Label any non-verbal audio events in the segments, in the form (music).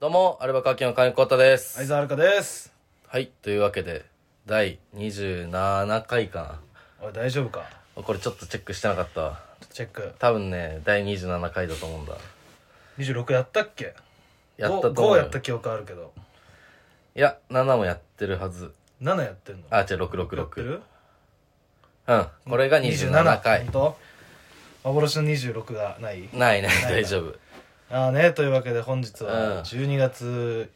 どうも、アルバカーキの金子太です。相沢遥ですはい、というわけで、第27回かおい大丈夫かな。これちょっとチェックしてなかったわ。チェック多分ね、第27回だと思うんだ。 26やったっけやったと5思うよ。やった記憶あるけどいや、7もやってるはず。 7やってんのあ、違う、やって666。るうん、これが27回本。当幻の26がないないね、ない大丈夫。ああねというわけで本日うんは12月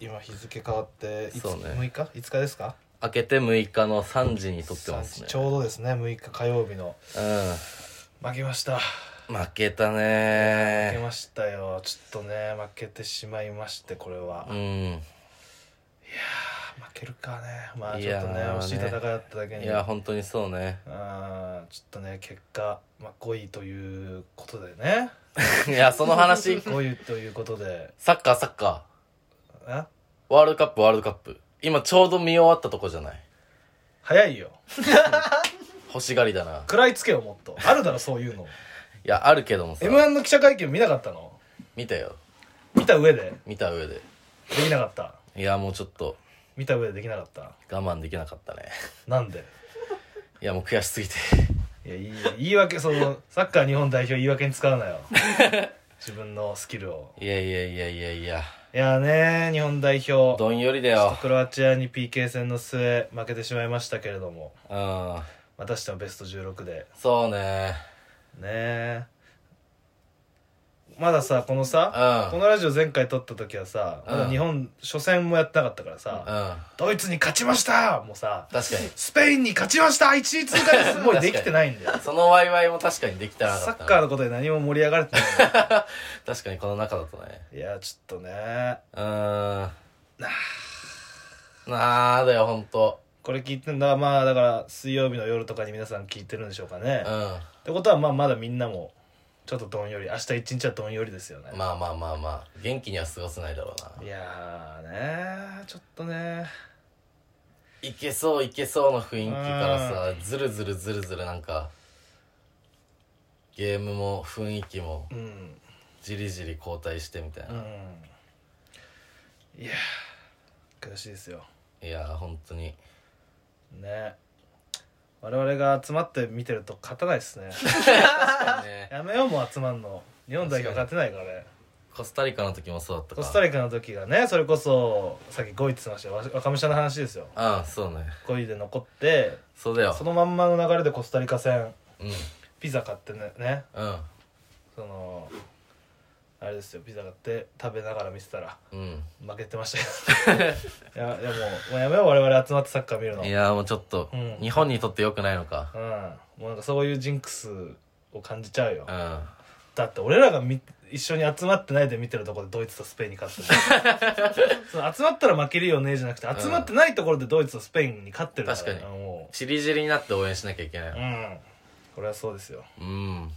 今日付変わっていつそうね6日5日ですか明けて6日の3時に撮ってますねち。ょうどですね6日火曜日のう負けましたん。負けた負けねましたよちょっとね負けてしまいましてこれはうん。負けるかねまあいちょやっとねーね惜しい戦いだっただけにいや、本当にそうね。 (laughs) あーちょっとね結果、まあ、5位ということでね (laughs) いや、その話、 (laughs) 5位ということでサッカー、サッカー。あワールドカップワールドカップ今ちょうど見終わったとこじゃない早いよ欲しがりだない食らいつけよもっとあるだろそういうのやあるけどもさ m 1の記者会見見なかったの見たよ見た上で見た上でできなかったいやもうちょっと見た上でできなかった我慢できなかったねなんでいやもう悔しすぎていやいい言い訳そのサッカー日本代表言い訳に使う (laughs) なよ自分のスキルをいやいやいやいやいやいやーね日本代表どんよりだよクロアチアに PK 戦の末負けてしまいましたけれどもうんまたしてもベスト16でそうねねえまださこのさ、うこんのラジオ前回撮った時はさ、まうだん日本初戦もやってなかったからさ、うんドイツに勝ちましたもうさ確かにスペインに勝ちました1位通過ですもうできてないんだよそのワイワイも確かにできたらなかサったッカーーのことで何も盛り上がれてない確かにこの中だとねいやちょっとねうーんなあだよほんとこれ聞いてんだまあだから水曜日の夜とかに皆さん聞いてるんでしょうかね、うんっまてことはまあまだみんなもちょっとどんより明日一日はどんよりですよね、あまあまあまあ元気には過ごせないだろうないやーねちょっとねいけそういけそうの雰囲気からさずるずるずるずるなんかゲームも雰囲気もうんじりじり後退してみたいな、うんいやー悔しいですよいやー本当 (laughs) にね我々が集まって見てると勝たないですねねやめようもう集まんの日本代表勝てないからねコスタリカの時もそうだったかコスタリカの時がねそれこそさっき5位って言ってましたよわ若武者の話ですよああそうね5位で残ってそうだよそのまんまの流れでコスタリカ戦うんピザ買ってねねうそのあれですよピザ買って食べながら見てたらん負けてましたよいやいやもうもうやめよう我々集まってサッカー見るのうんいやーもうちょっと、うん日本にとってよくないのかうんもうなんかそういうジンクスを感じちゃうようんだって俺らがみ一緒に集まってないで見てるところでドイツとスペインに勝ってる (laughs) その集まったら負けるよねじゃなくてん集まってないところでドイツとスペインに勝ってる確かにもちりじりになって応援しなきゃいけないうようんこれはそうですようん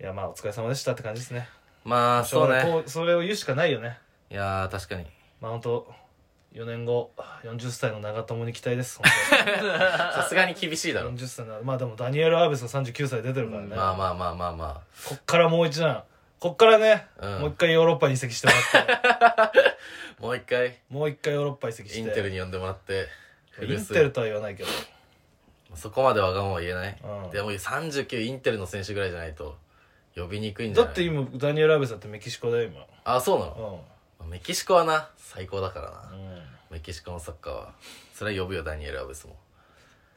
いやまあお疲れ様でしたって感じですねまあそうしょがなねいこうそれを言うしかないよねいやー確かにまあ本当4年後40歳の長友に期待です本当にさすがに厳しいだろ、 40歳なまあでもダニエル・アーベスが39歳出てるからね、まあまあまあまあまあこっからもう一段こっからね、うんもう一回ヨーロッパに移籍してもらってもう一回もう一回ヨーロッパ移籍してインテルに呼んでもらってイ古ン巣テルとは言わないけどそこまでわがまま言えない、うんでも39インテルの選手ぐらいじゃないと呼びにくいんじゃなだいって今ダニエル・アーベスだってメキシコだよ今あそうなの、うメキシコはな最高だからな、ん、うん、メキシコのサッカーはそれは呼ぶよダニエル・アベスも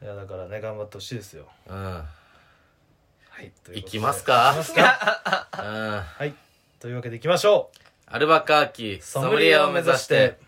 いやだからね頑張ってほしいですようんはいと行いうことできますか行きますかうんはいというわけで行きましょうアルバカーキソムリエを目指して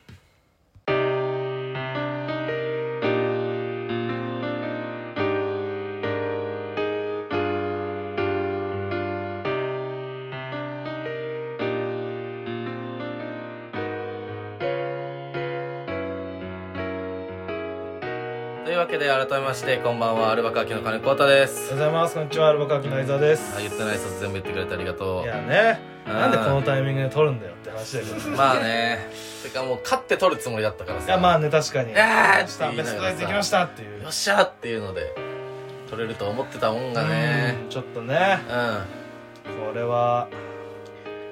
というわけで改めましてこんばんはアルバカーキの金子太でおすはようございますこんにちはアルバカーキの相沢ですあ言ってない人全部言ってくれてありがというやねうんなんでこのタイミングで撮るんだよって話だけどねまあねてかもう勝って取るつもりだったからいさやまあね確かにやー明日ベストガイズ行きましたっていうよっしゃーっていうので取れると思ってたもんがねうんちょっとねうんこれは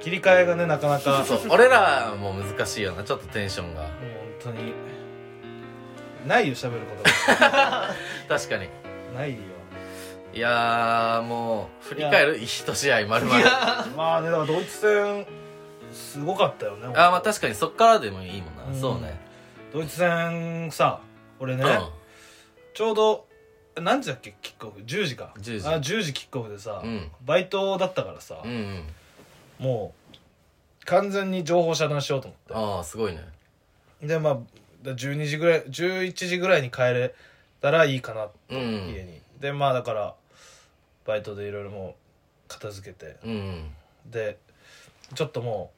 切り替えがねなかなかそう俺らも難しいよなちょっとテンションがもう本当にないよ喋ること確かにが (laughs) ないよいやーもう振り返る一試合まるまるあまあねだからドイツ戦すごかったよねーまあ確かにそっからでもいいもんな、うんそうねドイツ戦さ俺ね、うちょうど何時だっけキックオフ10時か10時あ10時キックオフでさ、うんバイトだったからさ、んうんうんもう完全に情報遮断しようと思っああすごいねてでまあだ12時ぐらい11時ぐらいに帰れたらいいかなうん家に、でまあだからバイトでいろいろもう片付けてうんうんでちょっとも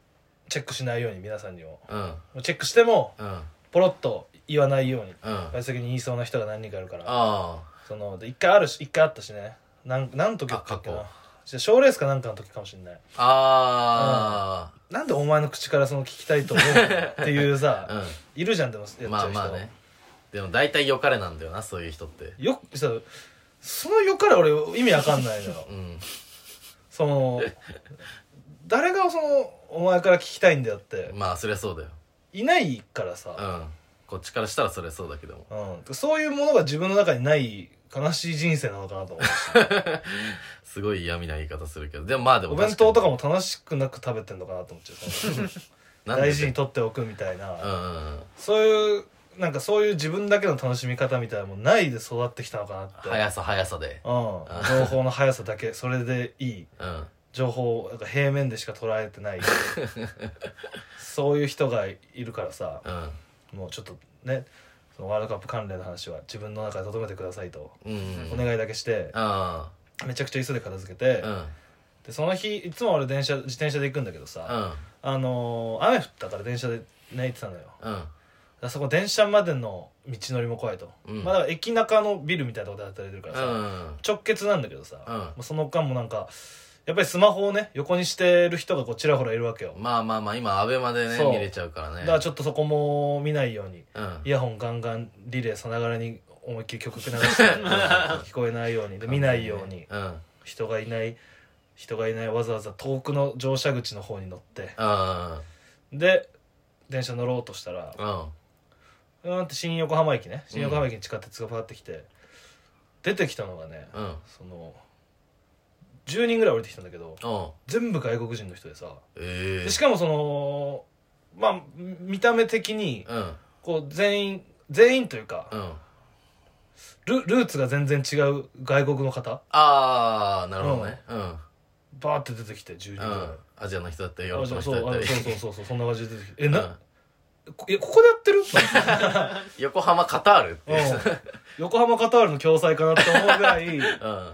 うチェックしないように皆さんにもうんもうチェックしてもうんうんポロッと言わないようにあバイト先に言いそうな人が何人かいるからあそので一回あるし一回あったしねなん何時だったっけあな賞レースかなんかの時かもしれないあなんでお前の口からその聞きたいと思うのっていうさあ、 (laughs) うんいるじゃんでもやっちゃう人まあまあねでも大体よかれなんだよなそういう人ってよくさそのよから俺意味わかんないのようんその誰がそのお前から聞きたいんだよってまあそりゃそうだよいないからうさ、んこっちからしたらそりゃそうだけどもうん、そういうものが自分の中にない悲しい人生なのかなと思うすごい嫌味な言い方するけどでもまあでもお弁当とかかも楽しくなく食べてんのかなと思っちゃうそ (laughs) の大事に取っておくみたいな、うんうんそういうなんかそういう自分だけの楽しみ方みたいなのもないで育ってきたのかなって速さ速さでうん、情報の速さだけそれでいいうん情報をなんか平面でしか捉え (laughs) てないそういう人がいるからさうんもうちょっとねそのワールドカップ関連の話は自分の中で留めてくださいと、うんお願いだけしてあめちゃくちゃ急いで片付けて、あうんでその日いつも俺電車自転車で行くんだけどさ、うんあのー雨降ったから電車でね行ってたのようんあそこ電車までの道のりも怖いと、うんまあだから駅中のビルみたいなとこで働いてるからうさ、ん直結なんだけどさ、うんまあその間もなんかやっぱりスマホをね横にしてる人がこうちらほらいるわけよ、まあまあまあ今アベマでねそう見れちゃうからねだからちょっとそこも見ないようにうんイヤホンガンガンリレーさながらに思いっきり曲流 (laughs) して聞こえないようにで見ないようにうんうん人がいない人がいないわざわざ遠くの乗車口の方に乗ってうんで電車乗ろうとしたらうんうーんって新横浜駅ね新横浜駅に地下鉄がパーってきて、出てきたのがね、うんその10人ぐらい降りてきたんだけどうん全部外国人の人でさええでしかもそのまあ見た目的にうんこう全員全員というかうんルルーツが全然違う外国の方ああなるほどねうんバーって出てきて10人ぐうらい、んアジアの人だったりヨーロあッパそのう人そうだっあたそうりそうそうそうそんな感じで出てきてえうな、んこえここでやっ (laughs) てる横浜カタールっていううん横浜カタールの共催かなって思うぐらいうん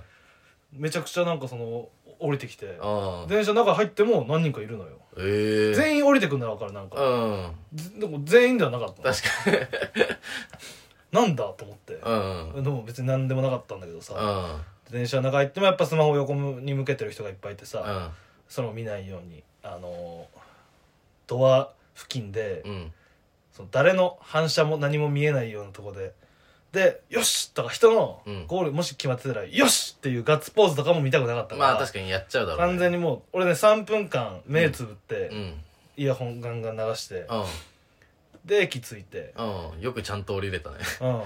めちゃくちゃなんかその降りてきて (laughs) うん電車の中入っても何人かいるのよええ全員降りてくんなら分かるなんかうんずでも全員ではなかった確かになんだと思ってうんでも別に何でもなかったんだけどうさん電車の中行ってもやっぱスマホを横に向けてる人がいっぱいいてうさんそれを見ないようにあのードア付近でうんその誰の反射も何も見えないようなとこでで「よし!」とか人のうんゴールもし決まってたら「よし!」っていうガッツポーズとかも見たくなかったからまあ確かにやっちゃうだろうね完全にもう俺ね3分間目つぶってうんイヤホンガンガン流してで駅着いてうんうんよくちゃんと降りれ (laughs) たねうん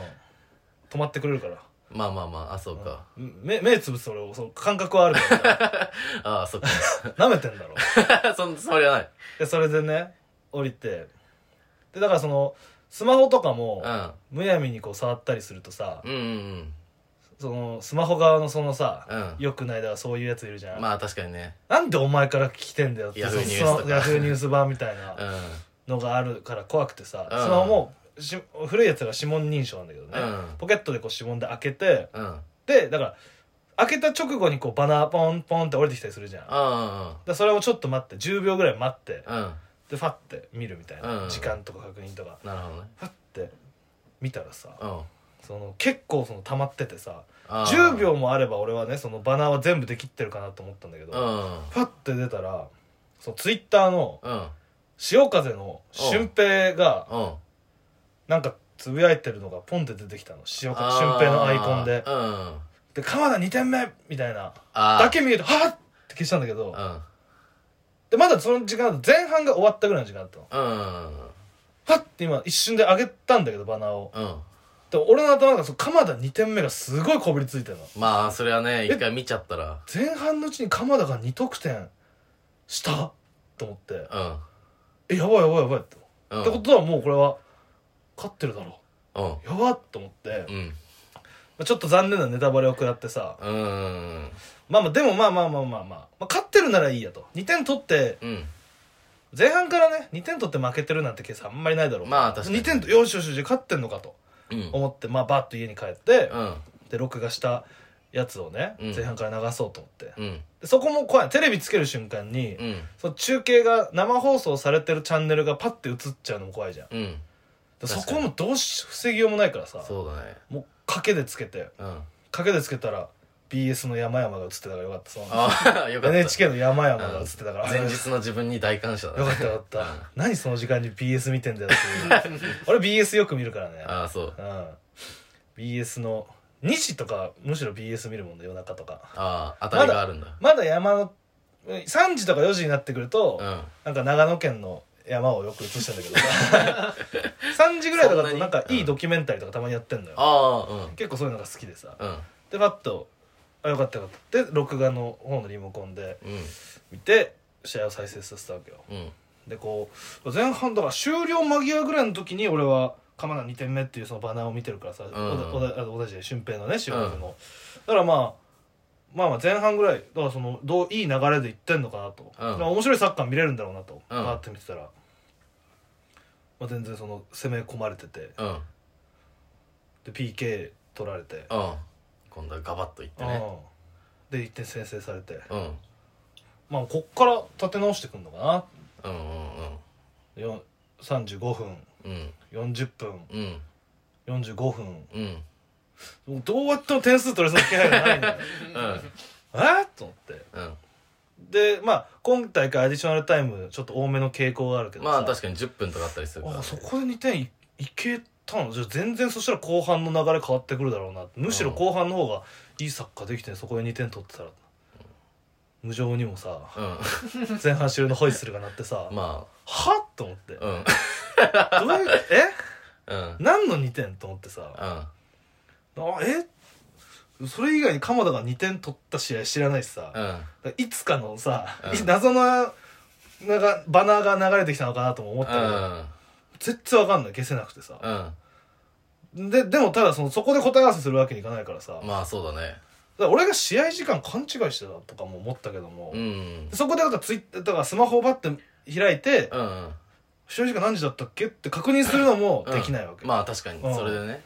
止まってくれるからまあまあまああそうか目目つぶす俺その感覚はあるかああそっから舐め (laughs) てんだろそんそりゃないでそれでね降りてでだからそのスマホとかもむやみにこう触ったりするとさうんうんうんそのスマホ側のそのさうんうんよくないだからそういうやついるじゃん、まあ確かにねなんでお前から聞きてんだよってヤフーニュースそのとかヤフーニュース版みたいうなんのがあるから怖くてさ、うんスマホもし古いやつが指紋認証なんだけどね、うんポケットでこう指紋で開けてうんうんでだから開けた直後にこうバナーポンポンって降りてきたりするじゃんだかうんらそれをちょっと待って10秒ぐらい待ってうんでファッて見るみたいうんうなん時間とか確認とかなるほどねファッて見たらさうんその結構その溜まっててさああ10秒もあれば俺はねそのバナーは全部できってるかなと思ったんだけどうんファッて出たらそのツイッターのうん潮風の俊平がうんなんかつぶやいてるのがポンって出てきたの潮風俊平のアイコンであーうんで「鎌田2点目!」みたいなあーだけ見えて「はっ!」って消したんだけどうんでまだその時間だと前半が終わったぐらいの時間だったのうんパッて今一瞬で上げたんだけどバナーをうんで俺の頭がその鎌田2点目がすごいこびりついてるのまあそれはね一回見ちゃったら前半のうちに鎌田が2得点したと思ってうんえやばいやばいやばいって、うんってことはもうこれは勝ってるだろうんうやばっと思って、まうんあ、ちょっと残念なネタバレを食らってさうんまあまあでもまあまあまあまあまあ、まあ、勝ってるならいいやと2点取ってうん前半からね2点取って負けてるなんてケースあんまりないだろうまあ確かに2点とよしよしよし勝ってんのかとうん思ってまあバッと家に帰って、うんで録画したやつをねうん前半から流そうと思って、うんでそこも怖いテレビつける瞬間に、うんその中継が生放送されてるチャンネルがパッて映っちゃうのも怖いじゃんうんで確かそにこもどうし防ぎようもないからさそうだねもう賭けでつけてうん賭けでつけたら BS の山々が映ってたからよかったそのあ (laughs) あよかった NHK の山々が映ってたから前よ日の自分に大感謝だかね (laughs) ったよかった何その時間に BS 見てんだよって (laughs) いう俺 BS よく見るからねああそううん BS の2時とかむしろ BS 見るもんね夜中とかああ当たりがあるんだまだ山のうん3時とか4時になってくると、うんなんか長野県の山をよく映してんだけど (laughs) さ3時ぐらいとかだそとんなになんかいいドキュメンタリーとかたまにやってんのよ、ああうん結構そういうのが好きでさうんでパッとあよかったよかったで録画の方のリモコンでうん見て試合を再生させたわけようんでこう前半だから終了間際ぐらいの時に俺は鎌田2点目っていうそのバナーを見てるからさん小田小田じゃない俊平のね仕事の、だからまあまあまあ前半ぐらいだからそのどういい流れでいってんのかなと、うんまあ面白いサッカー見れるんだろうなと、うんパーって見てたら、まあ、全然その攻め込まれててうんで PK 取られて、うん今度はガバッといってねうんで1点先制されてうんまあこっから立て直してくんのかうんうんなよん35分うん40分うん45分うんうんもうどうやっても点数取れそうな気配がない (laughs) んだようんえーと思って (laughs) うんでまあ今大会アディショナルタイムちょっと多めの傾向があるけどまあ確かに10分とかあったりするからあそこで2点いいけたのじゃあ全然そしたら後半の流れ変わってくるだろうなむしろ後半の方がいいサッカーできてそこで2点取ってたら無情にも (laughs) さう前半終了のホイッスルが鳴ってさん (laughs) まはっと思ってあうんどういうえうん何の2点と思ってさうんあえそれ以外に鎌田が2点取った試合知らないしさうんいつかのさ、うん謎のなんかバナーが流れてきたのかなとも思ったけど、絶対わかんない消せなくてさ、うんででもただそのそこで答え合わせするわけにいかないからさ、だかまあそうだねら俺が試合時間勘違いしてたとかも思ったけども、うんそこでだからツイッターとかスマホをバッて開いて、うんうん試合時間何時だったっけって確認するのもうんできないわけ、まあ確かにうんそれでね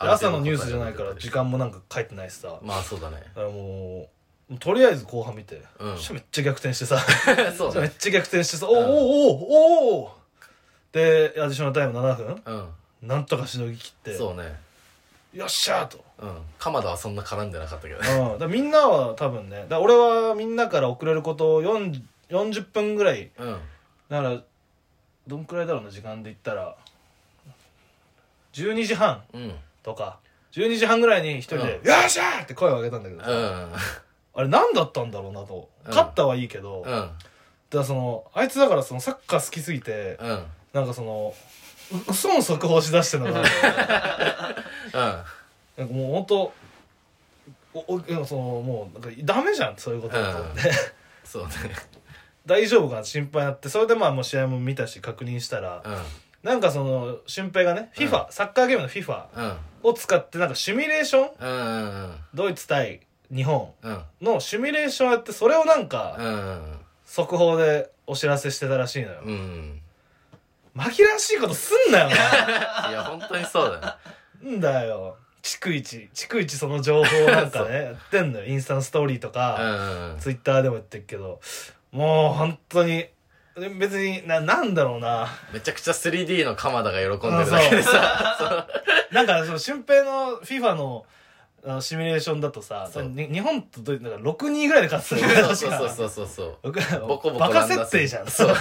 で朝のニュースじゃないから時間もなんか書いてないしさ、だまあそうだねからもうとりあえず後半見て、うんそしたらめっちゃ逆転してさそうだめっねちゃ逆転してさ、おんおおおおおで、アディショナルタイム7分、うんなんとかしのぎ切って、そうねよっしゃーと。うん鎌田はそんな絡んでなかったけどうねん、だからみんなは多分ね、だから俺はみんなから遅れることを40 40分ぐらい、うんだから、どんくらいだろうな、時間で言ったら、12時半うんとか、12時半ぐらいに一人で、よっしゃーって声を上げたんだけどうさ、んあれ何だったんだろうなと。うん勝ったはいいけど、うだかんらその、あいつだからそのサッカー好きすぎて、うんなんかそのう嘘の速報しだしてるのがうんなんかもう本当おおなんかそのもうなんかダメじゃんそういうことだと思って、そうね (laughs) 大丈夫かな心配になってそれでまあもう試合も見たし確認したら、うなんかその俊平がねうん FIFA、サッカーゲームの FIFA んうんを使ってなんかシミュレーションうんうんドイツ対日本うんのシミュレーションやってそれをなんうかん速報でお知らせしてたらしいのよ、うん紛らわしいことすんなよいや本当にそうだねなんだよ逐一逐一その情報をなん (laughs) かねやってんのよインスタのストーリーとか、うんツイッターでも言ってるけど、もう本当に、別にな、なんだろうな。めちゃくちゃ 3D の鎌田が喜んでるだけでさ (laughs) なんか、その、俊平の FIFA の、あのシミュレーションだとさ、そうに日本とドイツ、なんか6-2ぐらいで勝つんだよそうそうそうそうそうそうボコボコバカ乱打設する (laughs) 定じゃん。そう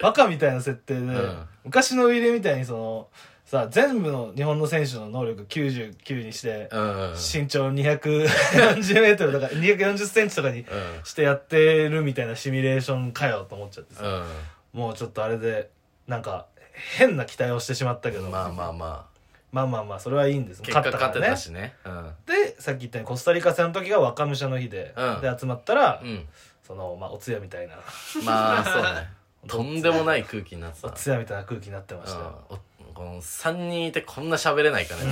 バカみたいな設定で、ん昔のウイレみたいにその、さあ全部の日本の選手の能力99にしてうんうんうん身長 240m とか 240cm とかにしてやってるみたいなシミュレーションかよと思っちゃってさうんもうちょっとあれでなんか変な期待をしてしまったけどまあまあままあまあまあそれはいいんですあ結果った勝かてらたねしねうんでさっき言ったようにコスタリカ戦の時が若武者の日で、うんで集まったら、うんそのまあお通夜みたいなまあそうねとんでもない空気になってたお通夜みたいな空気になってましたよ、うんおこの3人いてこんな喋れないかね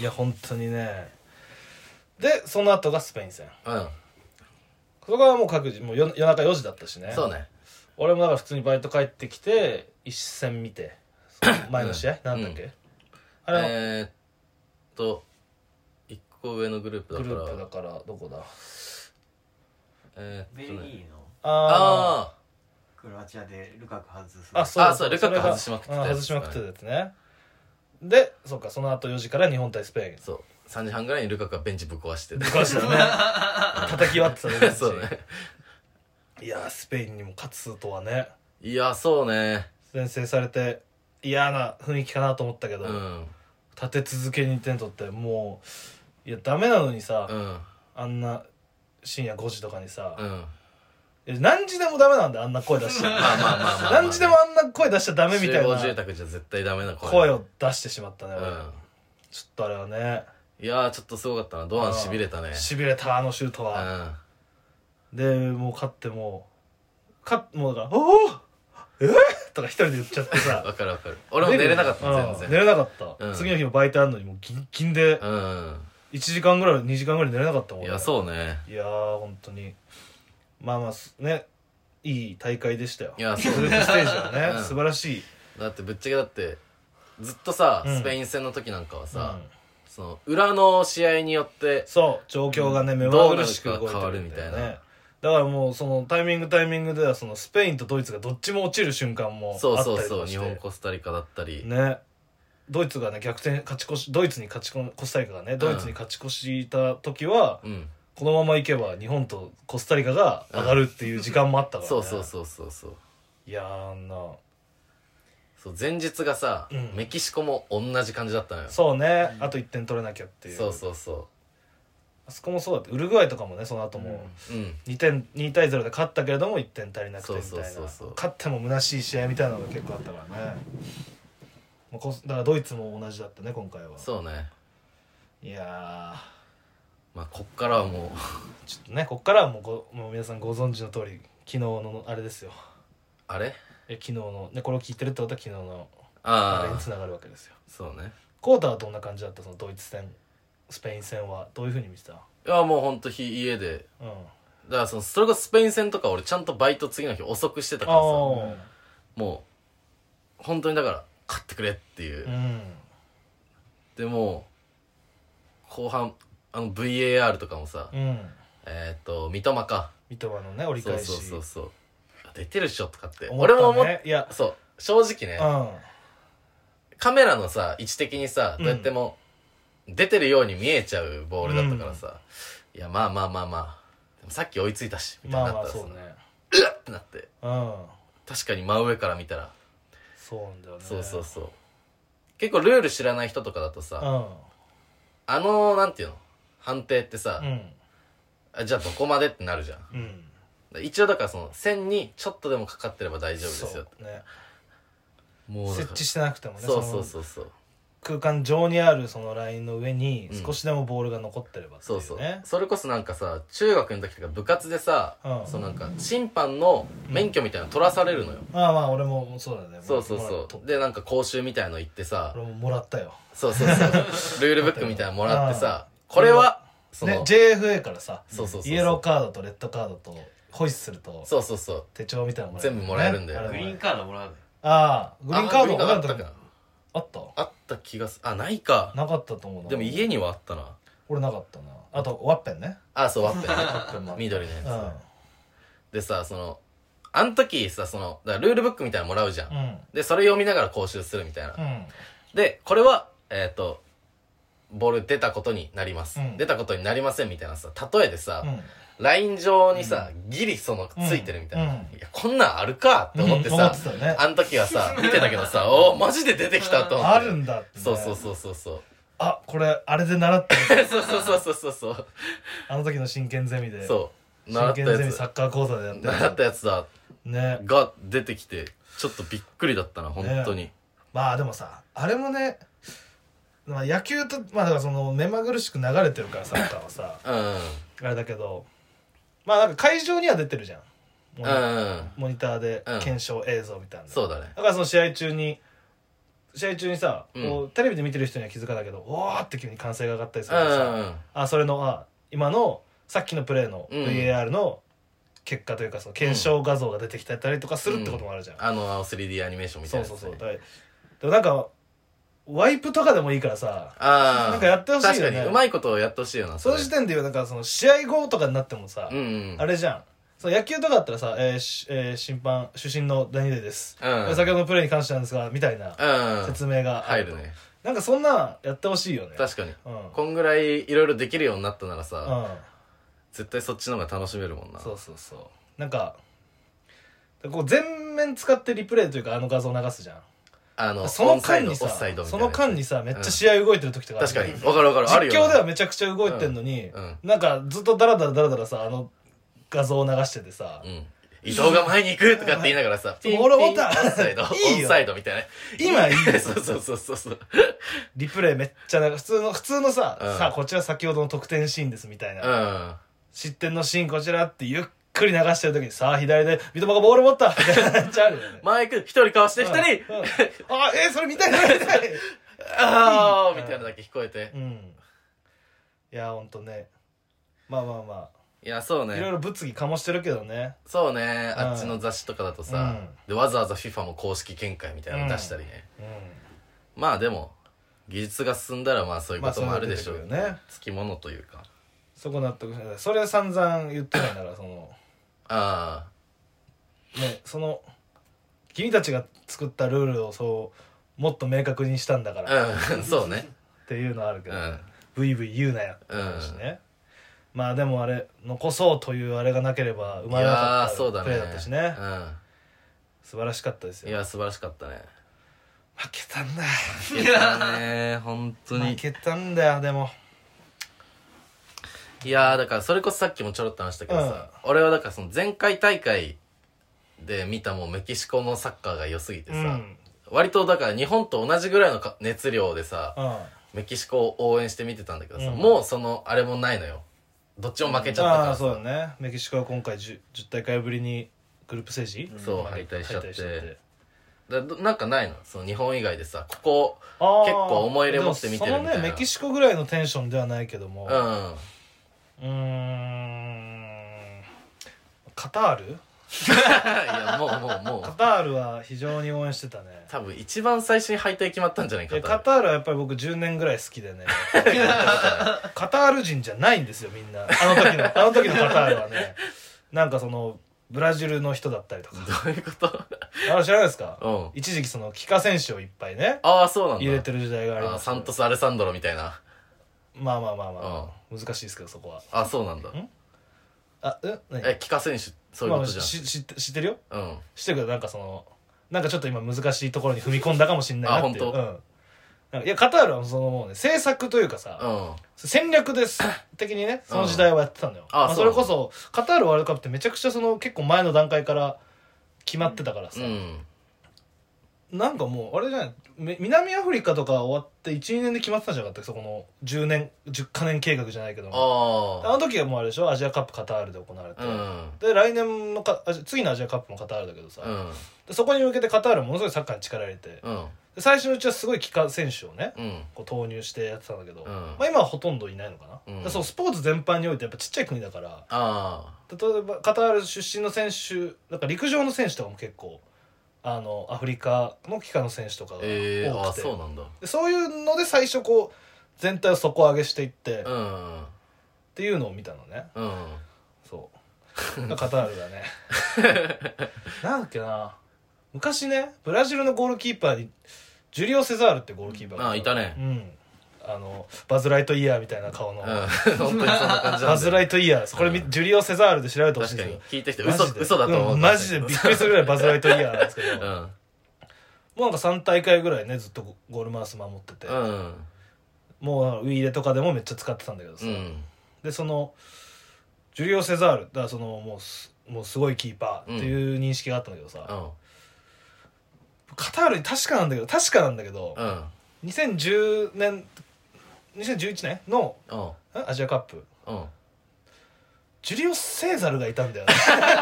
いや本当にねでその後がスペイン戦うんそこはもう各自もう夜夜中4時だったしねそうね俺もだから普通にバイト帰ってきて一戦見てその前の試合、なんだっけ、あれ、えーっと1個上のグループだグかループだらからどこだえーベっルとギねーのああクロアチアでルカク外すあああそうルカクれが外しまくってたやつうん外しまくってたやつねでそうかその後4時から日本対スペインあそう3時半ぐらいにルカクがベンチぶっ壊してて壊した (laughs) ね叩き割ってたねベンチそうねいやースペインにも勝つとはねいやそうね先制されて嫌な雰囲気かなと思ったけど、うん立て続けに点取ってもういやダメなのにさ、うんあんな深夜5時とかにさう、んいや何時でもダメなんだよあんな声出し (laughs) ちゃまあまあまあまあ何時でもあんな声出しちゃダメみたい集合住な宅じゃ絶対ダメな声声を出してしまったね、う俺んちょっとあれはねいやーちょっとすごかったなドアンしびれたねしびれたあのシュートうは、んでもう勝ってもう勝っもうだから「おおえー、とか一人で言っちゃってさわかるわかる (laughs) 俺も寝れなかったうん全寝然れなかった、うん次の日もバイトあんのにもうギンギンでうん1時間ぐらい2時間ぐらい寝れなかったもんいねやそうねいやー本当にまあまあすねいい大会でしたよいやそうグ (laughs) ループステージは (laughs) ね、うん素晴らしいだってぶっちゃけだってずっとさうんスペイン戦の時なんかはさうんその裏の試合によってそう状況がね、うん目まぐるしく動いてどうなるか変わるんみだたよいねなだからもうそのタイミングタイミングではそのスペインとドイツがどっちも落ちる瞬間もそあうっそうたりとそうかし日て本コスタリカだったりねドイツがね逆転勝ち越しドイツに勝ちこコスタリカがねドイツに勝ち越した時は、うんこのままいけば日本とコスタリカが上がるっていう時間もあったから、ねそうそうそうそうそういやーあんなそう前日がさうんメキシコも同じ感じだったのよそうね、あと1点取れなきゃっていうそうそうそあそこもそうだってウルグアイとかもねその後もううん2点2対0で勝ったけれども1点足りなくてみたいそなうそうそうそう勝っても虚しい試合みたいなのが結構あったからねもうこだからドイツも同じだったね今回はそうねいやまあこっからはもう (laughs) ーちょっとねこっからはもうごもう皆さんご存知の通り昨日のあれですよあれえ昨日の、ね、これを聞いてるってことは昨日のあれああにつながるわけですよそうねコータはどんな感じだったそのドイツ戦スペイン戦はどういうふうに見てたいやもうほんと日家でうんだからそのそれこそスペイン戦とか俺ちゃんとバイト次の日遅くしてたからさもあう本当にだから勝ってくれっていう、ーうんでもう後半あの VAR とかもさ、うんえっ、と三笘か三笘のね折りそう返しそうそうそうあ出てるっしょとかって、思った俺も思っねいやそう正直ね、うカメラのさ位置的にさどうやっても出てるように見えちゃうボールだったからさ、いやまあまあまあまあでもさっき追いついたしみんたいまにあなまっあたらさ、そうねうわっってなってうん確かに真上から見たらそうなんだよねそうそうそう結構ルール知らない人とかだとさ、うあのなんていうの判定ってさ、んうんあじゃあどこまでってなるじゃんうんだ一応だからその線にちょっとでもかかってれば大丈夫ですよそうねもうだ設から置してなくてもねそうそうそそうそうの空間上にあるそのラインの上にうん少しでもボールが残ってればっていそうそううねそれこそなんかさ中学の時とか部活でさ、うんそのなんか審判の免許みたいなの取らされるのよ、まあまあ俺もそうだねそうそうもらっそとうでなんか講習みたいの行ってさ俺ももらったよそうそうそう (laughs) ルールブックみたいなのもらってさうんこれはその、ね JFA からさそうそうそうそうイエローカードとレッドカードとホイッスするとそうそうそう手帳みたいなの全部もらえるんだよあれグもリねーンカードもらうああグリーンカーああドった俺らの時かあったあった気がすあないかなかったと思うなでも家にはあったな俺なかったなあとワッペンねあそうワッペンねワッペンもあった緑のやつ、うでさそのあん時さそのだからルールブックみたいなのもらうじゃん、んうんでそれ読みながら講習するみたいな、うんでこれはえっ、とボール出たことになります、うん出たことになりませんみたいなさ例えでさ、うんライン上にさ、ギリそのついてるみたいな、うんいやこんなんあるかって思ってうんさ思、ってたよねあの時は (laughs) さ見てたけどさおーマジで出てきたと思ってあるんだって、ね、そうそうそうそうそうあこれあれで習ったそうそうそうそうそうそうあの時の真剣ゼミでそう習真った剣ゼやミつサッカー講座でやって習ったやつだねが出てきてちょっとびっくりだったな本当に、まあでもさあれもね、まあ、野球とまあだからその目まぐるしく流れてるからサッカー (laughs) はさうあれだけどまあなんか会場には出てるじゃんモニ,、んうんモニターでうん検証映像みたいな、そうだねだからその試合中に試合中にさ、うんこうテレビで見てる人には気づかないけどおーって急に歓声が上がったりすうるからさ、んあそれのあ今のさっきのプレーのうん VAR の結果というかその検証画像が出てきたりとかするってこともあるじゃん、あの 3D アニメーションみたいそうなやつそねうそうだからでもなんかワイプとかでもいいからさああなんかやってほしいよね確かにうまいことをやってほしいよなその時点で言うなんかその試合後とかになってもさ、うんうんあれじゃんその野球とかだったらさ、えーしえー審判主審の何々です、うん先ほどのプレーに関してなんですがみたいなうん説明があ入とるねなんかそんなんやってほしいよね確かにうん、こんぐらいいろいろできるようになったならさ、うん、絶対そっちの方が楽しめるもんなそうそうそうなんかこう全面使ってリプレイというかあの画像流すじゃあのんそのオンサイ間ドにさオフサイドみたそいなのやつ間にさめっちゃ試合動いてる時とかある確じゃかんにわかるわかるあるよ実況ではめちゃくちゃ動いてんのに、うんなんかずっとダラダラダラダラさあの画像を流しててさ、うん伊藤が前に行くとかって言いながらさ、うん俺思ったピンピンオンサイド、オ (laughs) いいよンサイドみたいな。今いい (laughs) よそうそうそうそうそう。リプレイめっちゃなんか普通の普通のさ、うんさあこちら先ほどの得点シーンですみたいな、うん。失点のシーンこちらってゆっくり流してる時にさあ左で三笘がボール持ったみたいなめっちゃあるよね前行く、一人かわしてうん二人、うんあえー、それ見たいな見たいあーみたいなのだけ聞こえてう。んいやほんとねまあまあまいや、そうあ、いろいね。ろ物議かもしてるけどねそうね。あっちの雑誌とかだとさうん、でわざわざ FIFA も公式見解みたいなの出したりね。うまあでも、技術が進んだらまあそういんうこともあるでしょそうい。の出てくるよねつきものというか。そこ納得しないそれは散々言ってないんだからそのあねその君たちが作ったルールをそうもっと明確にしたんだからっあ、うん、そうね。ていうのはあるけうど、ん。ブイブイ言うなよって話ね、まあでもあれ残そうというあれがなければ生いまれなやかーっそうただプね。レーだったしね素晴らしかったですうん。いよや、素晴らしかった (laughs) ね。負けたんだいやね、本当負に。けたんだよでもいやーだからそれこそさっきもちょろっと話したけどさ、俺はだからその前回大会で見たもうメキシコのサッカーが良すぎてさ、うん割とだから日本と同じぐらいのか熱量でさ、うんメキシコを応援して見てたんだけどさ、うんもうそのあれもないのよ。どっちも負けちゃったかああらそうさ、だねメキシコは今回 10, 10大会ぶりにグループステージそうまあ敗退しちゃって敗退しちゃってだどなんかないのその日本以外でさ、ここ、あー結構思い入れ持って見てるみたいなでもそのねメキシコぐらいのテンションではないけどもうん、 (laughs) あうーんカタールいやもうもうもカう、タールは非常に応援してたね多分一番最初に敗退決まったんじゃないかでカタールはやっぱり僕10年ぐらい好 (laughs) きでねカタール人じゃないんですよみんなあの時のあの時のカタールはねなんかそのブラジルの人だったりとかどういうこと (laughs) あれ知らないですかうん。一時期その帰化選手をいっぱいねああ、そうなんだ。入れてる時代がありあまーすサントス・アレサンドロみたいな。まあまあまあまあ、難しいですけどそこはあ、そうなんだ。あえ何え、帰化選手、そういうまこあとじゃん。し知って知ってるようん。してるけどなんかそのなんかちょっと今難しいところに踏み込んだかもしれないなっていう、あうん、本なんかいやカタールはそのもうね政策というかさ、うん。戦略です的にねその時代はやってたんだよ、あまあ、そそうなれんこだそカタールワールドカップってめちゃくちゃその結構前の段階から決まってたからさ、うん。なんかもうあれじゃないめ南アフリカとか終わって12年で決まってたんじゃなかったっけそこの10年10カ年計画じゃないけどもああの時はもうあれでしょアジアカップカタールで行われて、あ。うん。で来年のかあ次のアジアカップもカタールだけどさ、うん。でそこに向けてカタールものすごいサッカーに力入れてうん。で最初のうちはすごい帰化選手をねうん。こう投入してやってたんだけど、うんまあ、今はほとんどいないのかな、うんでそうスポーツ全般においてやっぱちっちゃい国だからあ例えばカタール出身の選手なんか陸上の選手とかも結構あのアフリカの帰化の選手とかあ。が多くて、ええー、ああ、そうなんだ。でそういうので最初こう全体を底上げしていって、うっん。ていうのを見たのねうん。そう (laughs) カタールだねなんだっけな昔ねブラジルのゴールキーパーにジュリオ・セザールってゴールキーパーがああ、いたね。うんあのバズ・ライトイヤーみたいな顔の、うん、 (laughs) 本当にそんな感じなんバ (laughs) ズ・ライトイヤーこれみ、うジュリオ・セザールで調べてほしいん確でかすけに聞どいてきてマ嘘ジで嘘だと思う、んマジでびっくりするぐらいバズ・ライトイヤーなんですけど、うもうんなんか3大会ぐらいねずっとゴゴールマウス守ってて、うんもうウイイレとかでもめっちゃ使ってたんだけどさ、うんでそのジュリオ・セザールだからそのもうすもうすごいキーパーっていう認識があったんだけどさ、うんカタールに確かなんだけど確かなんだけど、うん2010年2011年のうんんアジアカップうんジュリオ・セーザルがいたんだよね確か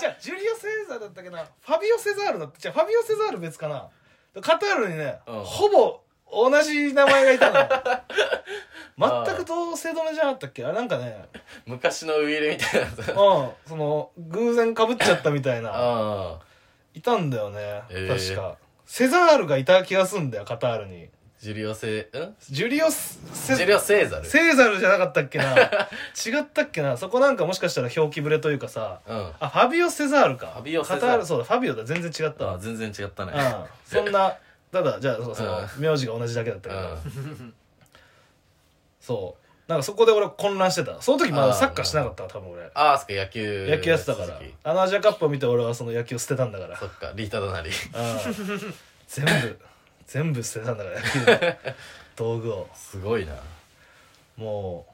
じゃあジュリオ・セーザルだったっけなファビオ・セザールだったじゃあファビオ・セザール別かなカタールにね、うんほぼ同じ名前がい (laughs) たのよ全く同姓同名じゃなかったっけあれなん (laughs) かね昔のウイイレみたいなやうつんその偶然かぶっちゃったみたいなああいたんだよね、えー確かセザールがいた気がすんだよカタールにジュリオセうんジュリオス・セジュリオセーザルセーザルじゃなかったっけな違ったっけなそこなんかもしかしたら表記ぶれというかさうんあファビオ・セザールかファビオセザールカタールそうだファビオだ全然違ったあわ全然違ったねうんそんなただじゃあそうそうう名字が同じだけだったうけどんそうなんかそこで俺混乱してたその時まあーだサッカーしてなかったわ多分俺ああそっか野球野球やってたから続きあのアジアカップを見て俺はその野球を捨てたんだから (laughs) そっかリータだな (laughs) りうん全部全部捨てたんだから野球 (laughs) の道具をすごいなもう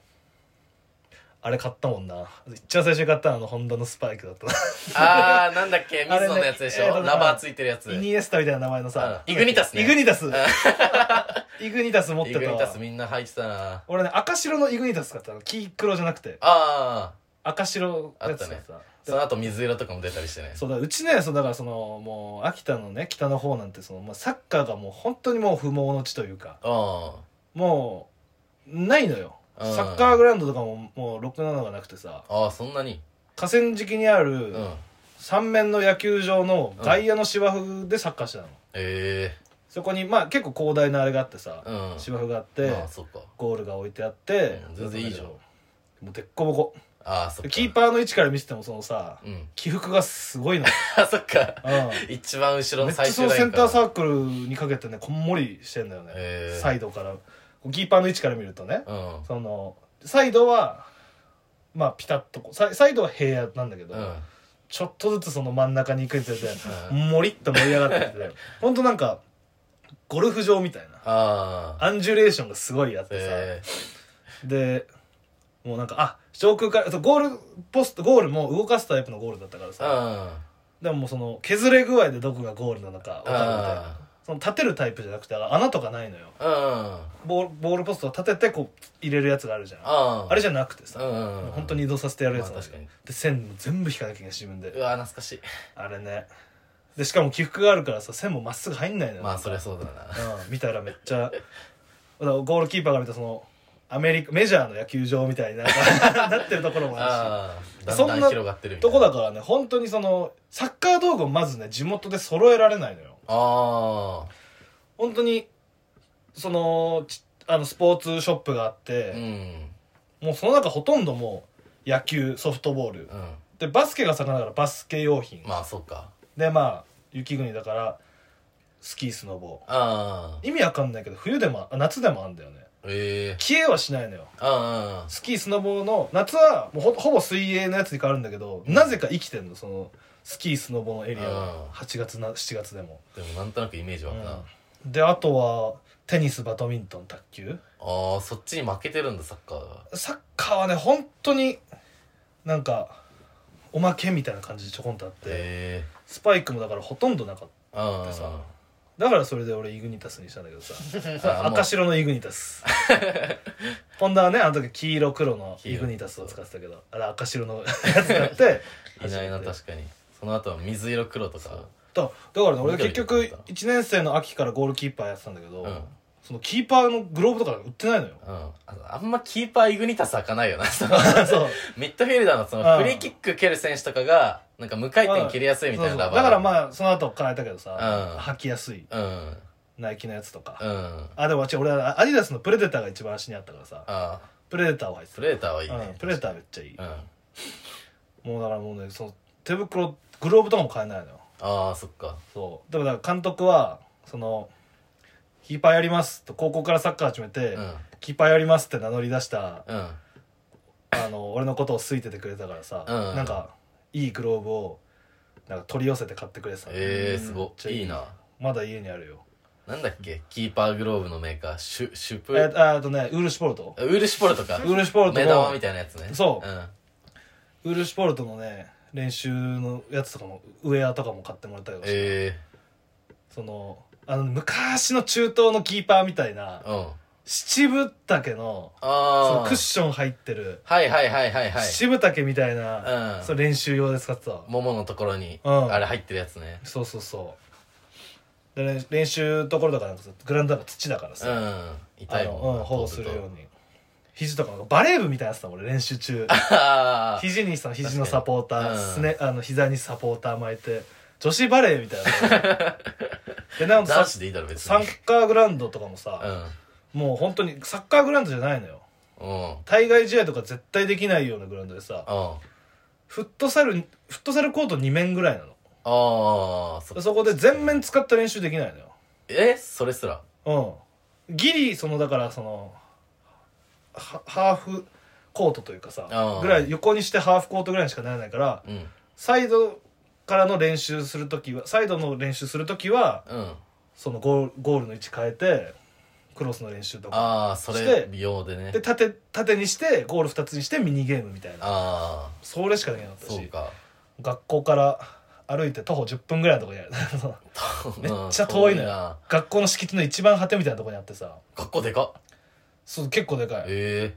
あれ買ったもんな一番最初に買ったのはあのホンダのスパイクだったなあーなんだっけミあズれノねのやつでしえーょとラバーついてるやつイニエスタみたいな名前のさ、うんイグニタスねイグニタス (laughs) イグニタス持イってグたニわタスみんな入ってたな俺ね赤白のイグニタス買ったの黄黒じゃなくてああ赤白のやつ買ったその後水色とかも出たりしてねそうだうちねそうだからそのもう秋田のね北の方なんてその、まあ、サッカーがもう本当にもう不毛の地というかあもうないのようサんッカーグラウンドとかももうろくなのがなくてさああそんなに河川敷にあうるん三面の野球場の外野の芝生でサッカーしてたの、えそこにまあ結構広大なあれがあってさ、えうん芝生があって、ああそっかゴールが置いてあって、うん全然いいじゃんもうでっこぼこああそっかキーパーの位置から見ててもそのさうん (laughs) 起伏がすごいの、あそっかう一番後ろん、めのっち最ゃそ終のライセンンかタらーサークルにかけてねこんもりしてんだよね、へーサイドからキーパーの位置から見るとねうんそのサイドはまあピタッとこうサイサイドは平野なんだけど、うんちょっとずつその真ん中に行くにつれてうもりっと盛り上がって (laughs) ってほんとなんかゴルフ場みたいなああアンジュレーションがすごいあってさ、えでもうなんかあ上空からそうゴールポストゴールも動かすタイプのゴールだったからえうさんでももうその削れ具合でどこがゴールなのか分かるみたいなあその立てるタイプじゃなくて穴とかないのよあうんボールボールポストを立ててこう入れるやつがあるじゃんああれじゃゃなくてさ、うんもう本当に移動させてやるやつなんまだあ確よかにで線も全部引かなきゃいけない自分うでわ懐かしいあれねでしかも起伏があるからさ線もまっすぐ入んないのよまあそりゃそうだなうん、見たらめっちゃだからゴールキーパーが見たそのアメリカメジャーの野球場みたいになんか (laughs) なってるところもあああだんそんだなん広がってるるしみたといこなだからね本当にそのサッカー道具をまずね地元で揃えられないのよあ本当にそのちあのスポーツショップがあっあうて、んもうその中ほとんどもう野球ソフトボールうんでバスケが盛んだからバスケ用品、まあそっかでまあ雪国だからスキースノボああ意味わかんないけど冬でもあ夏でもあんだよねええ消えはしないのよあスキースノボーの夏はもうほほぼ水泳のやつに変わるんだけどなぜか生きてんのそのスキースノボーのエリアうんは8月な7月でも、あでもなんとなくイメージはあるなうんであとはテニスバドミントン卓球ああそっちに負けてるんだサッカーがサッカーはね本当になんかおまけみたいな感じでちょこんとあって、ええスパイクもだからほとんどなかったあでさあだからそれで俺イグニタスにしたんだけどさあもう赤白のイグニ (laughs) タスポンダはねあの時黄色黒のイグニタスを使ってたけどあれ赤白のや (laughs) つだっていないな確かにその後は水色黒とかだだからね俺緑結だっ局た1年生の秋からゴールキーパーやってたんだけど、うんそのキーパーのグローブとか売ってないの (laughs) ようん、ああんまキーパーイグニタス開かないよなそ (laughs) のそうミッドフィールダーのそのフリーキック蹴る選手とかがなんか無回転蹴りやすいみたいなそうラそうバーだからまあその後変えたけどさ、うん履きやすいあうんナイキのやつとか、うんあでも違う俺はアディダスのプレデターが一番足にあったからさあプレデターを履いてプレーターはいいた、ねうん、プレデターめっちゃいい、うんあもうだからもうねその手袋グローブとかも買えないのよあーそっかそうでもだから監督はそのキーパーやりますと高校からサッカー始めて、うんキーパーやりますって名乗り出したうんあの俺のことを好いててくれたからさ、うんなんかいいグローブをなんか取り寄せて買ってくれてたのええうんすごめっちゃいいなまだ家にあるよなんだっけキーパーグローブのメーカーシュシュプえああとねウルシュポルトウルシュポルトかウルシュポルト目玉のみたいなやつねそううんウルシュポルトのね練習のやつとかもウェアとかも買ってもらったりとかしてえそのあの昔の中東のキーパーみたいなえうん七分丈のそのああクッション入ってるはいはいはいはいはい七分丈みたいな、うんそれ練習用で使ってたわもものところにうんあれ入ってるやつねそうそうそうで、ね、練習ところだからなんかさグラウンドが土だからうさ、んあ痛いのもうんん、な保護するようとうとうに肘とかなんかバレー部みたいなやつだもん俺練習中あー肘にさ肘のサポーター、うんすねあの膝にサポーター巻いて女子バレーみたいな (laughs) でなんか男さ子でいいだろ別サにッカーグラウンドとかもさ、もう本当にサッカーグラウンドじゃないのようんうん対外試合とか絶対できないようなグラウンドでさあフットサルフットサルコート2面ぐらいなのあーそでそこで全面使った練習できないのえそれすらようんギリそのだからそのはハーフコートというかあさーぐらい横にしてハーフコートぐらいにしかならないからうんサイドからの練習するときはサイドの練習するときはうんそのゴールゴールの位置変えてクロスの練習とかああそしてれ美容でねで縦縦にしてゴール2つにしてミニゲームみたいなああそれしかできなかったそうしか学校から歩いて徒歩10分ぐらいのとこにある (laughs) そのめっちゃ遠いのうんよな学校の敷地の一番果てみたいなとこにあってさ学校でかっそう結構でかいえ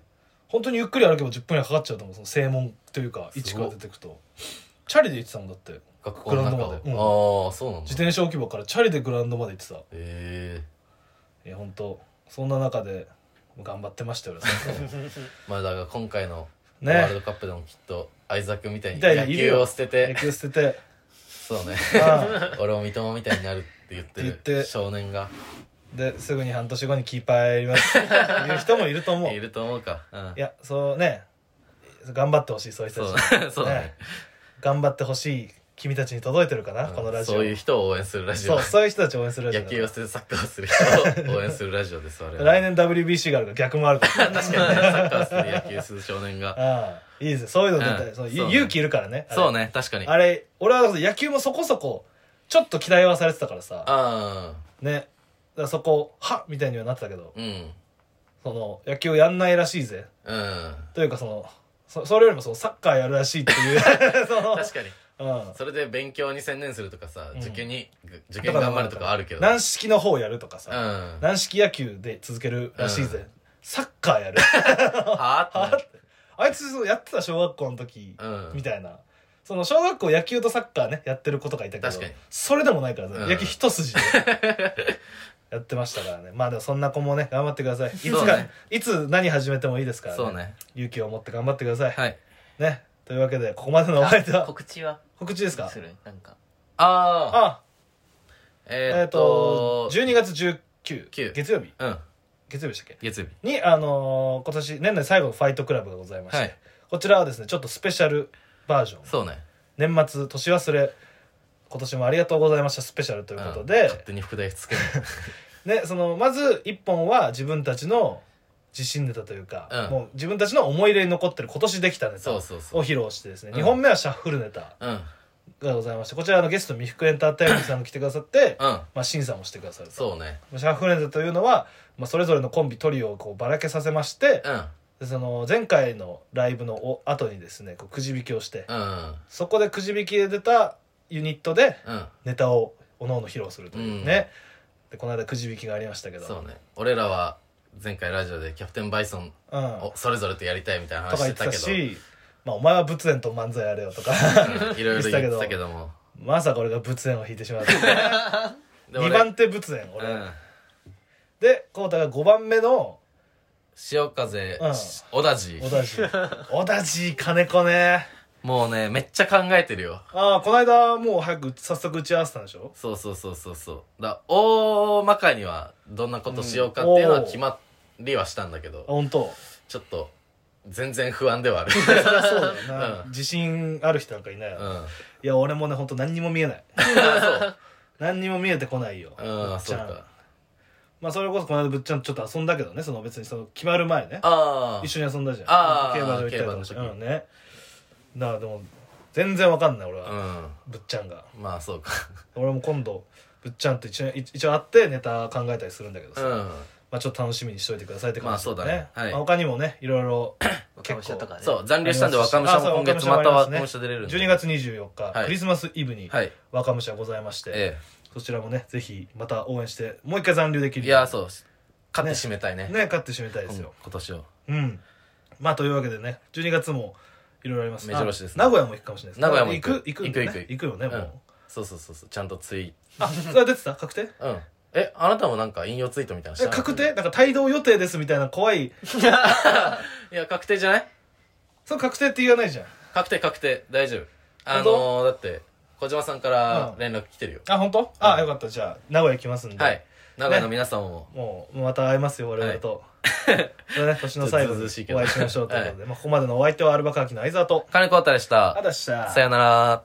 本当にゆっくり歩けば10分ぐらいかかっちゃうと思うその正門というかすごい一から出てくとチャリで行ってたもんだってえ学校の中でグラウンドまでうんああそうなんだ自転車置き場からチャリでグラウンドまで行ってたええいや本当そんな中で頑張ってましたよ俺 (laughs) まあだから今回のワールねドカップでもきっと相沢君みたいにみたいに野いるよ球を捨て野て球捨ててそう (laughs) ねあ俺も三笘みたいになるって言って言っるて少年がですぐに半年後にキーパーやりますっていう人もいると思ういると思うかうんいやそうね頑張ってほしいそういう人そたちうねそう (laughs) ね頑張ってほしい君たちに届いてるかな、うんこのラジオそういう人を応援するラジそオうそういう人たちを応援するラジオ野だ球を捨ててサッカーをする人を応援するラジオです我々来年 WBC があるから逆もあるから確かにねサッカーをする野球する少年 (laughs) がああいいですよそういうの出たい、うんそのそうね勇気いるからねあれそうね確かにあれ俺は野球もそこそこちょっと期待はされてたからさあねだからそこはっみたいにはなってたけどーうんその野球やんないらしいぜうんというかそのそそれよりもそのサッカーやるらしいって (laughs) いうその、確かにうん、それで勉強に専念するとかさうん受験にぐ受験頑張るとかあるけど軟式の方やるとかうさ、んは軟式野球で続けるらしいぜ、うサッカーやる (laughs) あってあいつそうやってた小学校の時、うんみたいなその小学校野球とサッカーねやってる子とかいたけど確かにそれでもないからね、うん野球一筋で (laughs) やってましたからねまあでもそんな子もね頑張ってくださいいつそか、うねいつ何始めてもいいですからねそうね勇気を持って頑張ってください、はいねというわけでここまでのお相手は告知は告知ですかするなんかあああえっ、えーっとと12月19九月曜日うん月曜日でしたっけ月曜日に、あのー今年年内最後のファイトクラブがございまして、はいこちらはですねちょっとスペシャルバージョンそうね年末年忘れ今年もありがとうございましたスペシャルということうんで勝、手に副題 (laughs) つけるね、そのまず1本は自分たちの自信ネタというか、うんもう自分たちの思い入れに残ってる今年できたネタそうをそうそう披露してですね、うん2本目はシャッフルネタうんうんがございましてこちらのゲストの未福エンターテインメントさんが来てくださって、まあ、審査もしてくださるとそうねシャッフルネタというのは、まあ、それぞれのコンビトリオをこうばらけさせまして、うんでその前回のライブのお後にですねこうくじ引きをして、うんそこでくじ引きで出たユニットでうんネタをおのおの披露するというね、でこの間くじ引きがありましたけどそうね俺らは前回ラジオでキャプテンバイソンうん、をそれぞれとやりたいみたいなと話しか言っててたけたどうんし、まあ、お前は仏縁と漫才やれよとかいろいろ言ってたけどもまさか俺が仏縁を引いてしまうで2俺番手仏縁俺、うんで浩太が5番目の潮風うん小田地小田 (laughs) じ小田じ金子ねもうねめっちゃ考えてるよああこの間もう早く早速打ち合わせたんでしょそうそうそうそうそうだ大まかにはどんなことしようかっていうのうはん決まりはしたんだけあど (laughs) 本当ちょっと全然不安で (laughs) はあるそりゃそうだよな、うん自信ある人なんかいないよ、うんいや俺もね本当何にも見えないそう何にも見えてこないようんおっちゃんそうかまあそれこそこの間ぶっちゃんとちょっと遊んだけどねその別にその決まる前ねああ一緒に遊んだじゃんあー競馬場行ったりとかし競馬の時うんねだからでも全然わかんない俺は、うぶっちゃんがんまあそうか俺も今度ぶっちゃんと一緒に一一応会ってネタ考えたりするんだけどうさ、んまあちょっと楽しみにしといてくださいって感じまあそうだねはいまあ他にもねいろ (clears throat) いろ若武者とかねそう残留したんで若武者も今月あまそたう若若武者もありますね武者出れるんで12月24日、はいクリスマスイブにはい若武者ございまして、えそちらもねぜひまた応援してもう一回残留できえるいやそう勝って締めたいねね勝って締めたいですよ、今年をうん。まあというわけでね、12月もいろいろあります目白押しですねあ名古屋も行くかもしれないです。名古屋も行く行く行く,、ね、行く行く行くよね、もう。うんそうそうそうそうちゃんとツイあ、それは出てた確定うんえあなたもなんか引用ツイートみたいなのしえた確定なんか帯同予定ですみたいな怖い。いや確定じゃないその確定って言わないじゃん。確定確定大丈夫あ本当のー、だって小島さんから連絡来てるよ、あ、本当？あ、よかった。じゃあ、名古屋行きますんで。はい名古屋の皆さんも、もう、また会えますよ、我 (laughs) 々と。それね、年の最後ちょっとずうにずうしいけどお会いしましょうということで、まあ、ここまでのお相手はアルバカーキの相沢と、金子あたりでしたあだっしゃさよなら